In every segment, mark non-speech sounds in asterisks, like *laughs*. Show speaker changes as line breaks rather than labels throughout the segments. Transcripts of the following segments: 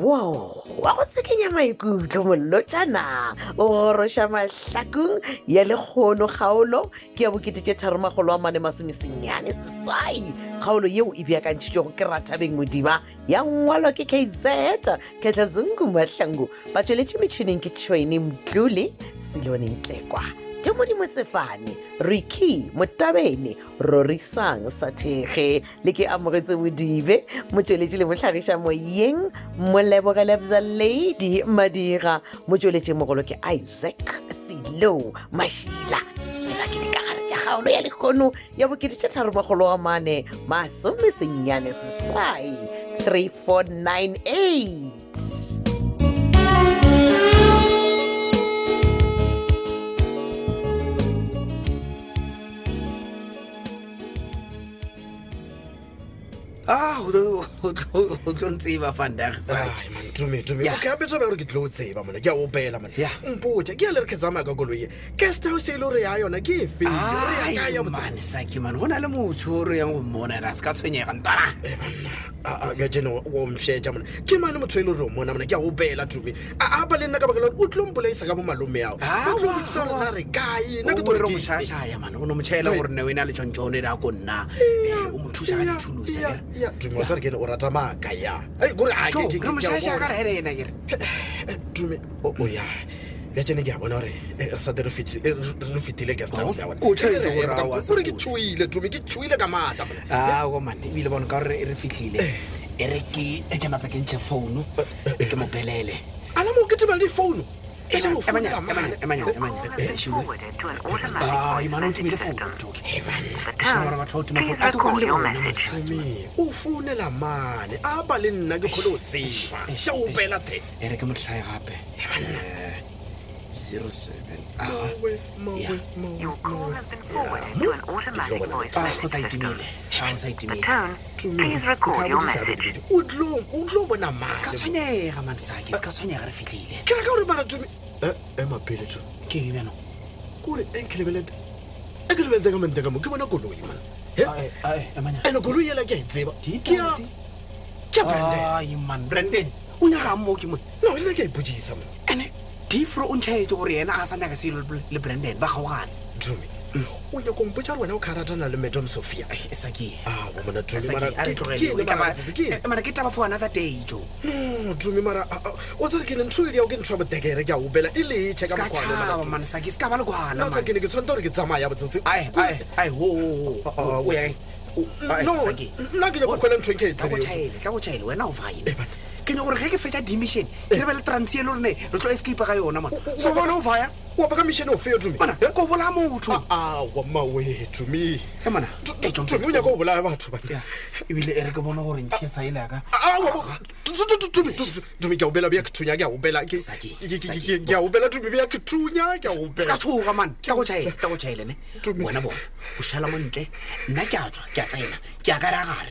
wo wa go tshekenya maikutlo mollotjana o goroša mahlakong ya lekgono kgaolo ke ya boketete tharomagolo a mane masomesenyane seswai kgaolo yeo e beakantšhitšwe go ke ratabeng modima ya ngwalwa ke kz ketlazungu mahlangu ba tsweletše metšhineng ke tšhwene mtlole seloneng tlekwa ke modimo tsefane riki motabene rorisang sathege le ke amogetse modibe motsweletši le motlhagiša moyeng moleboga lebza lady madira motsweletši mogolo ke isaac selo mašila ela ke dikagare tša kgaolo ya lekgono ya bokedi tša tharomagolo wa mane masomesennyane sesai 3498
Ah, o tlo- o tlo- o tlo ntseba fandag
Ai, man, tumi, tumi.
Yeah.
Okay, gape tumi gore ke tlile go tseba mona ke a opela mona
Yeah.
mpotsa ke a le re ke tsamaya ka koloi guest house e le gore ya yona ke
Ah.
efeeman
sakiman go na le motho o re yang go mmona ena a se ka tshwenyega ntana
Ah, jeno o mšetša mona ke mane motho e le gore o mona mona ke a opela tumi a apa le nna ka baka lagore o tlo mpolaisa ka bo malome ao
Ah, Oh,
o tlo rekisa gore na re kae nna ke
o re
tlo
mošašaya mane o ne motšhaela
Hey.
gore ne o e na le tshwantšhone e le a ko nna Eh, o mo thusa ka dithulusa kere
tumi wa tsare ke ene o rata maaka ya Ai, kore a,
Jo,
ke- ke-
re
ke- ke a
mošašaya
bona.
ka re ena kere
Eh, tumi o o, ya bjatšene ke a bona gore re sate re feti- eh, re- re fetile guest house ya
Ko tjhaetše gore
Eh,
aowa,
kore ke
se ko-
tšhoile tumi ke tšhoile ka maata mona.
ao Ah, mane ebile bone ka gore re fitlhile e re ke e ke mapekentšhe founu e ke mo pelele
ana mo ketema le founu
Ena, emanyana, emanyana, emanyana, emanyana. Eh, Shiwe. Ai, mane o timile founu toke shagore batho ba o tima founu a ke kwane le bona motho
o founela mane a ba le nna ke kgole o tseba
Eish,
ke
eish.
opela te
e re ke motlhae gape zero seven Ah, Yeah.
Your call has been forwarded to an automatic voice
go
message
sa
system.
itimile a go sa
The
itimile
tone, please record your message.
o tlo bona
se ka
mane
tshwenyega manesaki se ka tshwenyega re fitlhile
ke raka gore bara tumi emapele to
ke eng bjano
kore e ke lebelete e ke lebelete ka menteka mo ke bona koloi man
emanyana
ande koloi ela ke a e tseba ke ya- ke ya branden
man branden o nyagang moo ke mone
no ele ke a ipotsisa mo
ande difro o ntšhaetse gore yena ga a sa nyaka selo le branden ba kgaogane
tumi o nyako mpotsa gore wena o kgaratana le madam sophia
e sa ke ye.
Ah, wa mona
E
Tumi,
sa ke
mara
ye, a re
ke- ke ene
tlogele. E ka ba-
mara setse, ke ene?
e- mara ke taba for another day jo
No, Tumi, mara ah, ah, o tsere ke ne ntho ele yao ke ntho ya botekere ke a opela e letšhe ka
se ka
mokgwane
tšhaba
mara Tumi.
manesaki se ka ba le
nna
kwana
o tsere ke ne ke tshwanetse gore ke tsamaya botsotse Ah, ah, ah, no nna ke nyako kgwela ntho ke e
tla go
tsebe
tšhaele tla go tšhaele wena o fine
Eh, bana.
ke ne gore ge ke fetsa dimission ke re be le transie le gorene re tlo escape ka yona mona
Eh. O- o-
so
o-
bona o vaya
o apa ka mešhene ofeo Tumi?
mana
Eh?
ko bola motho
Ah, wa mawe Tumi.
Eh, mana,
Tu-
eh,
tu-
John,
Tumi, o nyaka go bolaya batho bana.
Ya, ebile e re ke bona gore ntšhe sa ele aka
Ah, ah, wa- wa- Tu- tu- tu- Tumi, Tumi, Tumi, Tumi, ke a opela bja ke thunya ke a opela ke-
Saki,
ke- ke- ke-
Saki.
ke- ke a opela Tumi, bja ke thunya ke a
se ka
opela
tshoga mane tla go tšhaele tla go tšhaele ne
Tumi.
wena bona o šhala mo ntle nna ke a tswa ke a tsena ke a ka rea gare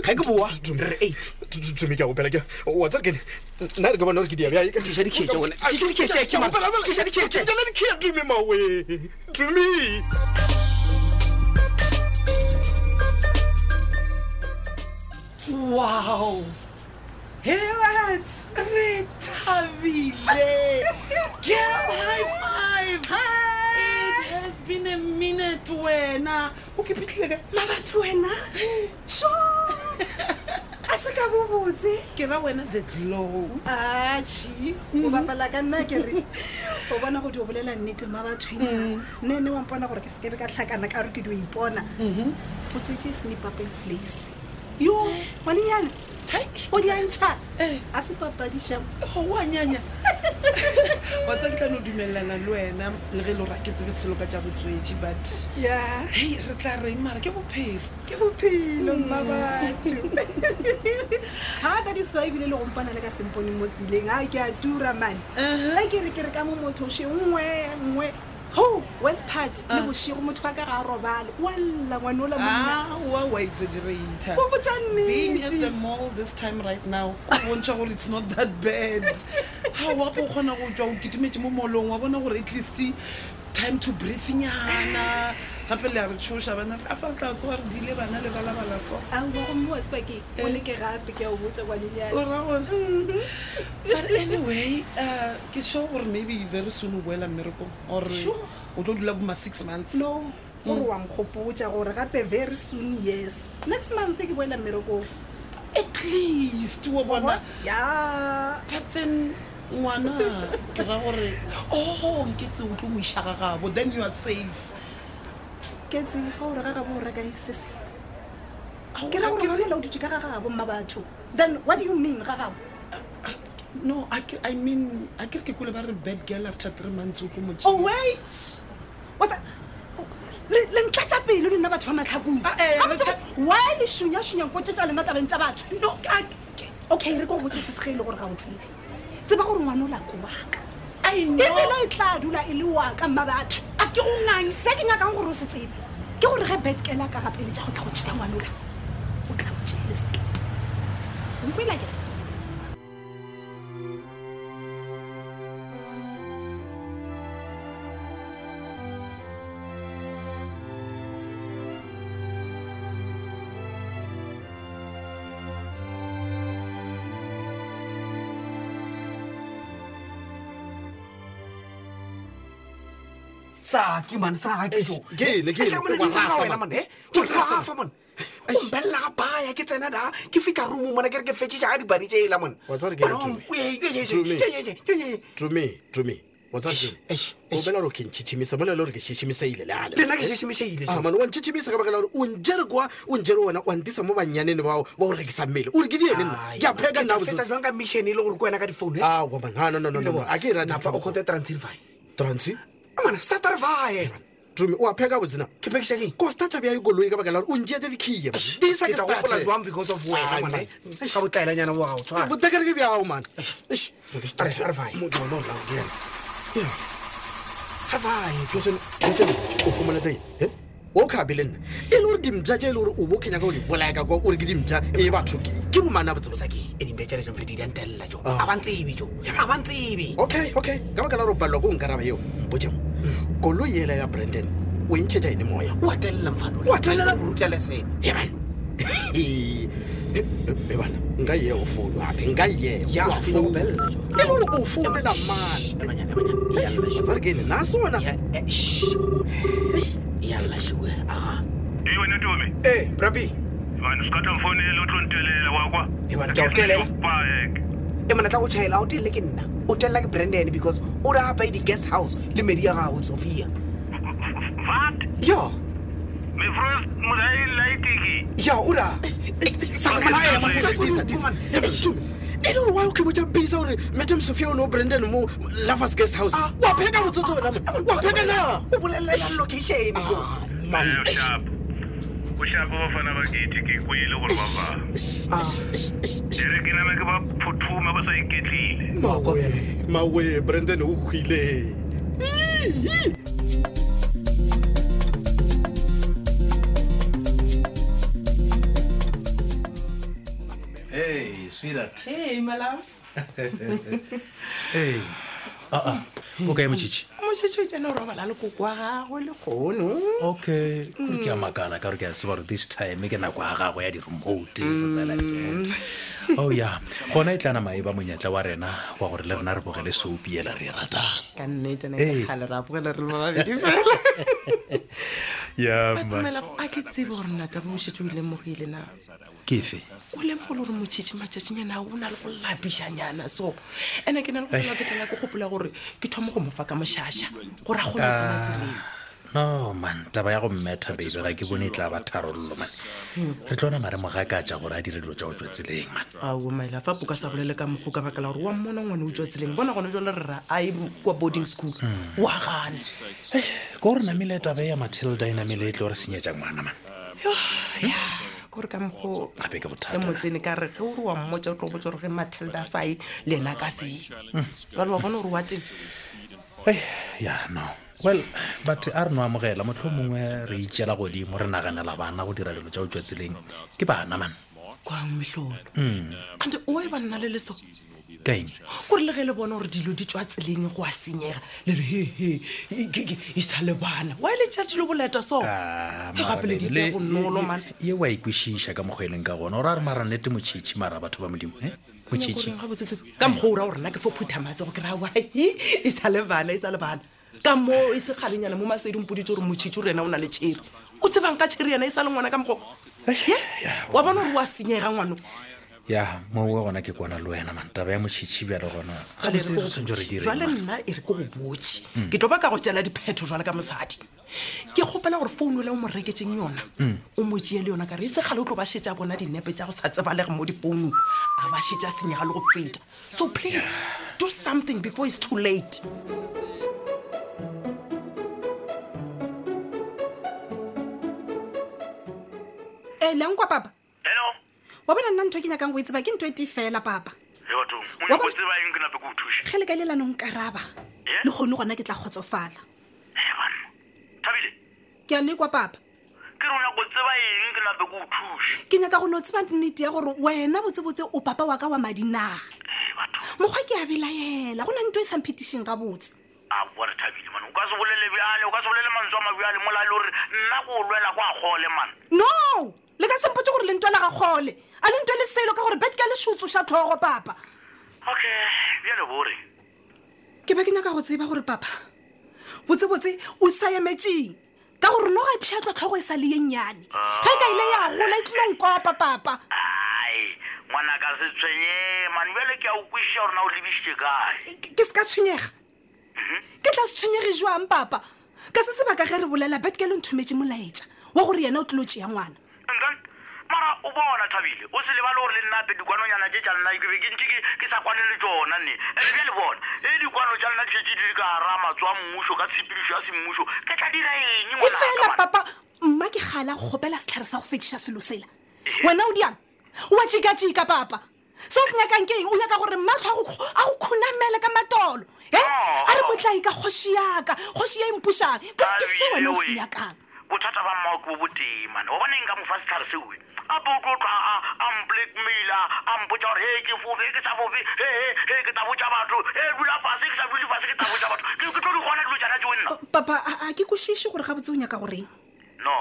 ga ke boa re re eight
tumi ke a opela ke wa tsere kene nna re ke bona gore ke
Tliša dikhete, wena.
Ah,
Tliša dikhete, ke mara- tliša dikhete.
diabeakea tumi mawe tumi
wow hebert re thabile girl high five it has been a minute wena o ke phitlhile ka
mabatho wena so *laughs* a se ka bobotse
ke ra wena the glow Mhm.
achi o bapala ka nna
*laughs*
kere o bona go di o bolela nnete mabathwena
Mhm.
nne ne wampona gore ke sekebe ka tlhakana ka gore ke di o ipona
Mhm.
o tswetse sneepapen flace yo ngwanenyana
hai
o di antšha
Eh.
a se papadišamo
oanyanya *laughs* watsa ke tlano dumelelana le wena le ge le gore a ke tsebe selo ka tja botswedi but
ya
hei re tla reng mara ke bophelo
ke bophelo *laughs* mmabatho ga ka diswa ebile le gompana le ka sempone mo tseleng a ke a tura mane
Aha.
a kere kere ka mo motho she nngwe nngwe ho west part le
Ah.
bošego motho wa ka ga a robale walla ngwane o la monna
awa wa exaggerata
o botsa
Ah. being at the
nnete
mall this time right now go bontsha gore it's not that bad ga wapo o kgona go tswa o ketemetse mo molong wa bona gore at least time to breathnyana gape le ya re tshosa bana re ka fa re tla tsoga re dile bana lebalabala so
aowa gomme wa sebake o leke gape ke a o botsa
o
ngwanenyane
ra gore but anyway um ke sure gore maybe very soon o boela mmereko or
Sure.
o tlo dula boma six months
no
Mm.
gore wa nkgopotsa gore gape very soon yes next month ke boela mmerekong
at least wa bona
ya
but then ngwana ke ra gore oh nketse o tlo mo iša ga gabo then you are safe
ke tseng ga o reka ka bo o reka sese
Ao,
ke ra gore
akere-
ngwanela o dutse ka ga gabo mma batho then what do you mean ga gabo
no akere- i mean a kere ke kole ba re bad girl after three months o tlo mo
oh wait What the- o- le le ntlatsa pele lena batho ba matlhakong
Ah, eh,
Ha
re
batho ba-
tshe-
why le šunyasunyang ko tsetsa lena tabeng tsa batho
no a- ke-
okay re ko go botse se sege e le gore ga o tsebe tseba gore ngwana o lako waka
i
ebile
know
e tla dula e le waka mma batho
a ke go ngang
se ke nyakang gore o se tsebe ke gore ge betkela ka gapele tja go tla go tšea ngwanola o tla go tšeele setopo nkwela ke
saki mane
Eish, ke ene, ke ene? Wa rasa, man. Wa rasa.
sakeafa mone ompelela ga baya ke tsena da ke fika room mona ke re ke fetsesa ga dibari tse ela mone
Wa tseba re ke
Bana,
Tumi.
ee, ee, ee,
Tumi.
ee, ee, ee, ee.
tumi tumi
Eish, eish, eish.
obela gore ke ntšhitšhimisa molela le gore ke šišimiseile leale
le nna ke sesemiseile
Ah, man, wa ntšhitšhimisa ka baka la gore o njere kwa o njere wona wa ntisa mo bannyaneng bao ba o rekisa mmele o re ke diene nna ke a pheka nna
fetsa jang ka mission e le gore ke wena ka difoune eh?
awa man ha, no, no, no, no, no, a ke e rate
Napa o
ntho
kgotse
eo.
transylvania
Transi?
amana statarvae
tumi o a pheka botsena
ke pekešakeng
kostata bja ekoloi ka baka la gore o njeete dikhiye disa ke
gopola
starter.
jwang because of wena
Ai,
man, eh?
man.
ka botlaelanyana boa o tshwara
botekere ke bjao man Eish, re ke
Are,
starter.
are fine.
Motho ona o laola yena. Yeah.
tarvae
Jotsen- Jotsen, o fumana teng e o kgabe le nna e le gore dimja tse e le gore o bo kgenya ka o di bolaya ka kwa o re ke dimja e batho ke- ke romana botsebosake
sake e dimbetšale tsomfetile ntelela jo
Ah.
a ba ntsebe jo a ba ntsebe
okay okay ka baka la gore o palelwa ko nkaraba eo mpotemo koloi ela ya brandon o entšhetša ene moya
oa telela
Wa telela-
mfanorutalesene
*laughs* ebana e e- e bana nka ye o founu ape nka ye
Ya,
wa
ke
founu.
nobella.
e gore o founela mane sa re ke ene na sona
yallashiwe aga
eyi wena ntombi
ee brapi
mani sikhatha mfonele uhlonitelela kwakwa
Eh, bana, ke a o telela.
bayeke
e mona tla go tšhaela ga o telele ke nna o telela ke branden because o re apa e di-guest house le medi ya gago sophia
vat
yo
mifrost mudayi laitiki
yo o ra
Ai, ai, ai,
e le gore wa o ke botsa bisa gore madam sophia o ne o brandon mo lovers guest house
Ah.
wa pheka botsotso ona wa pheka na
o bolelela location jo
Man, eish,
ushapho ushapho bafana bakithi ngikwile gore baba
Ah.
ere ke name ke baphuthuma basayiketlile
mawe mawe brandon o kgwile
Hey, sweetheart.
hey malao
Hey. Ah, ah. O kae mochichi?
mošhetšo tsene o robala lekoko wa gagwe le go
Okay. Kore ke a makala ka gore ke a tseba gore this time ke nako ya gago ya di-remote. e robala di-remote. Oh ya, gona e tla nama e ba monyetla wa rena wa gore le rena re bogele soupi ela re e ratang.
ka nnetene
Ee.
kgale re apogele re le babedi
*laughs*
fela
Ya, ma.
batumela a ke tsebe gore natabo mošhetšo o ilemogile na
Ke efe?
o lemogole gore motšhitšhi matšatšinyana o na le go lapišanyana so ande ke na le goa ke tlala ke gopola gore ke thoma go mofa ka mošaša gore a kgone tsena tseleng
no man taba ya go mmetha babe ga ke bone e tla ba tharololo man re tlo ona maremo ga ka ja gore a dire dilo tsa go tswa tseleng man
ao maele fa poka sa bolele ka mogo ka baka la gore wa mmona ngwane o tswa tseleng bona gone jale re ra a ye kwa boarding school wa gane
ke gore namele taba ya mathilda e namele e tlo re senyetsa ngwana man
kore ka mogo
gape ke
e
bothata
motsene ka re ge ore wa mmotsa o tlo botsa gore ge mathilda a sa ye le ena a ka seye jale wa bona gore wa teng
Hey, ya no well but a re no amogela motlho mongwe re itšela godimo re naganela bana go dira dilo tsa go tswa tseleng ke bana man
Hmm. kwang metlhone ante o e ba nna le leso
ka eng
kore le ge le bona gore dilo di tswa tseleng go a senyega le re hehe e sa le bana wa le tša dilo boleta so
Ah,
e gape le di
mara-
tla bonolo man
ye- ye wa ikwešiša ka mokgwa e leng ka gona ore a re mara nnete motšhitšhi mara batho ba modimo e motšhitšhi
ka mokgwa o ra gorena ke fo phuthamatse go kry-a wae *laughs* e sa le bana e sa le bana ka moo e se galenyana mo masedingpoditse gore motšhitši o re ena o na le tšheri o tsebang ka tšheri yena e sa le ngwana ka mokgwa o- Ye, wa bona gore oa senyega ngwano
ya mowa gona ke kwana le wena man taba ya motšhitšhi bjale gona
Jwale e re ke
gabotse
go
re tshwanetse re
botše. jwale
dire Hmm.
nna e re ke go botse ke tlo ba ka go tsela diphetho jwale ka mosadi ke kgopela gore founu le o mo reketseng yona o mo tee le yona ka re e segale o tlo ba šetša bona dinepe tša go sa tsebalege mo difounung a ba šetša senyega le go feta so please do something before it's too late
e leng kwa papa
hello
wa bona nna ntho e ke nyakang go e tseba ke ntho e tee fela papa
e bathong o
Wa
nyako
bona-
tseba eng ke nape ke o thuše
ge le ka lelanong karaba
Yes?
le kgone gona ke tla kgotsofala
Eh, banna thabile
ke a lekwa papa
ke re o nyako tseba eng ke nape ke o thuše
ke nyaka go ne o tseba nnete ya gore wena botsebotse o papa wa ka wa madinaga
e batho
mokgwa ke a belaela go na nto e samphetešeng gabotse
a bua re thabile mane o ka se bolele bjale o ka se bolele mantswe a mabjale mola le gore nna ko o lwela ko a kgole mane
no le ka sempotse gore le ntwe la gagole a le ntwe le selo ka gore bet ka lešotso sa tlhogo papa
okay bjale bore
ke be ke nyaka go tseba gore papa botsebotse o sa emetseng ka gore no ga epšhatlwa tlhogo e sa le yennyane ge e ka ile ya gola e tlilong kopa papa
ai ngwana ka se tshwenye mane bjale ke a o kwešiša gore na o lebišitše kae
ke ke se ka tshwenyega ke tla se tshwenyege jwang papa ka se sebaka ge re bolela bet ke le nthometse molaetša wa gore yena o tlilo tšea ngwana
nkan mara o bona thabile o se lebale gore le nna ape dikwanonyana tše tša lena e ke be ke ntse ke- ke sa kwane le tsona nne ande bja le bona e dikwano tša lena tšhetse di le ka gara matso a mmušo ka tshepedišo ya semmušo ke tla dira eng
e
ngwanaka,
fela
man?
papa mma ke gala kgopela setlhare sa go fetiša selo sela wena o diana oa jekajeka papa se o se nyakang ke eng o nyaka gore mmatlho a go kgo- a go khunamele ka matolo e
Oh.
a re motlai ka kgoši yaka kgoši ya empušang ke se- ke se wena o se
Thabile we.
nyakang
bothata ba mmao ke bo botemane o boneng ka mofa setlhare seoe ape o tlo tla a- a mblackmail a mpotsa gore he ke fofe ke sa fofe ee he ke tla botsa batho e dula fase ke sa dule fase ke tla botsa batho ke ke tlo di gona dilo jana tseo nna
papa a- a ke kwešiše gore ga botse o nyaka goreng
no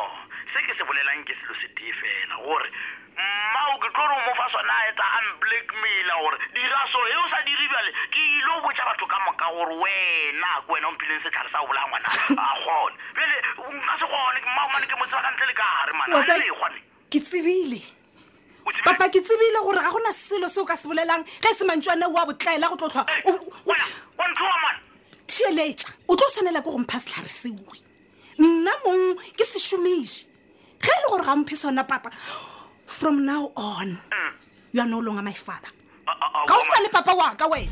se ke se bolelang ke selo se tee fela gore mmao ke tlo re o mofa sona a etsa a mblackmaila gore dira so e o sa dire bjale ke ile o botsa batho ka moka gore wena ke wena o mphileng setlhare sa o bolaya ngwana a gone bjale nka se gone mmamane ke mo tseba ka ntle le ka gare mana
Wa
a
tseba-
le gone
ke tsebile
o tsebile?
papa ke tsebile gore ga gona selo se o ka se bolelang ge se mantseane o a botlaela go tlotlhwa
Ee, wena wa ntshoa mana
thieletša o tlo tshwanela ke go mpha setlhare seue nna mong ke se šomiše ge e le gore ga mphe sona papa from now on you are no longer my father
A- a- a-
ka o
wa-
sa le papa wa ka wena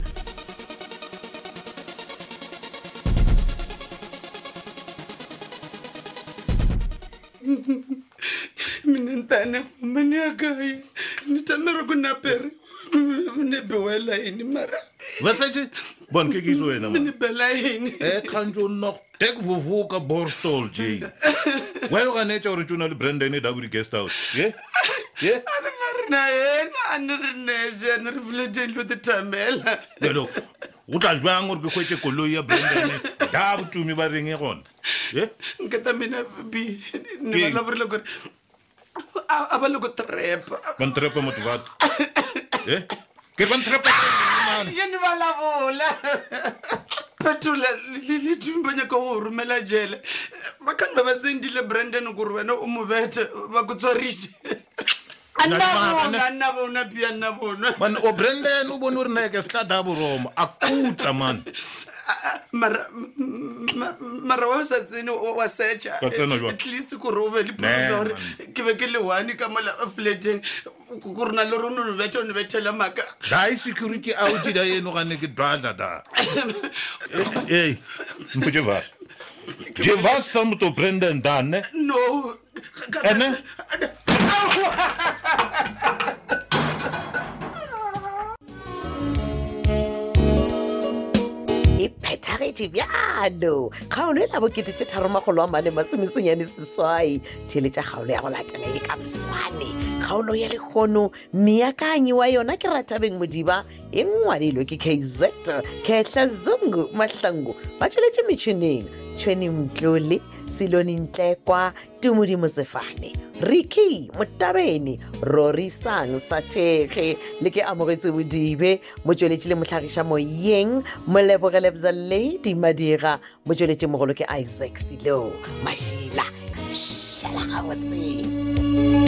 minentane fumane ya kae ni tamere ku napere ni bewela yini mara
Wasetje? Bon, kyk hier so en
ni
man.
bela yini
Ek kan jou nog tek vovoka borstel jy. Wel gaan net jou toe na die Brenda net daar by die e guest house. Ja? Ja?
a ni nga ri na yena a ni ri nexe a ni ri vileteni lo titamela
Lelo. O tla jwang gore ke kwetse koloi ya Brenda net. Da botumi ba renge gona. Ja?
nkata mina bi ni
Bing.
vulavurile ku ri a a va le ku trepa
Van trepa mot wat. Ja? Eh? Ke van trepa man.
yeni vulavula petula li tumbanya ka wo rhumela jele va kani va va sendile brandon ku ri wena u mu vete va ku tswarisi a ni na vona a ni na vona bi a ni na vona
Man o Brenda no bone gore nna ke se tla da boroma. Akutsa man.
mara m- m- mara wa sa tsene o- wa searcha
Ka tsena jwang?
at least ku ri u ve
Nee,
le proof ya gore
man.
ke veke le one ka mola flateng ku ri na lero u ni vete u ni vetela mhaka
Daai security out da yeno gane ke dwala
*laughs*
da. Ey, mpuje va. Je vas samu to Brendan dan ne?
no
Ene?
e phethagetše ntše bjalo kgaolo e la bokete tše tharomagolo a mane masomesenyane seswai theletša kgaolo ya go latela e le ka moswane kgaolo ya lekgono meakanyi wa yona ke ratabeng modiba e ngwadilwe ke kz kehla zungu mahlango ba tsweletše metšhineng tšhweni mtlole selone ntlekwa tumodi motsefane ricky motabene rorisang sathege le ke amogetse bodibe motsweletši le motlhagiša moyeng molebogelebza ladi madira motsweletši mogolo ke isaac selo mašila šhala gabotse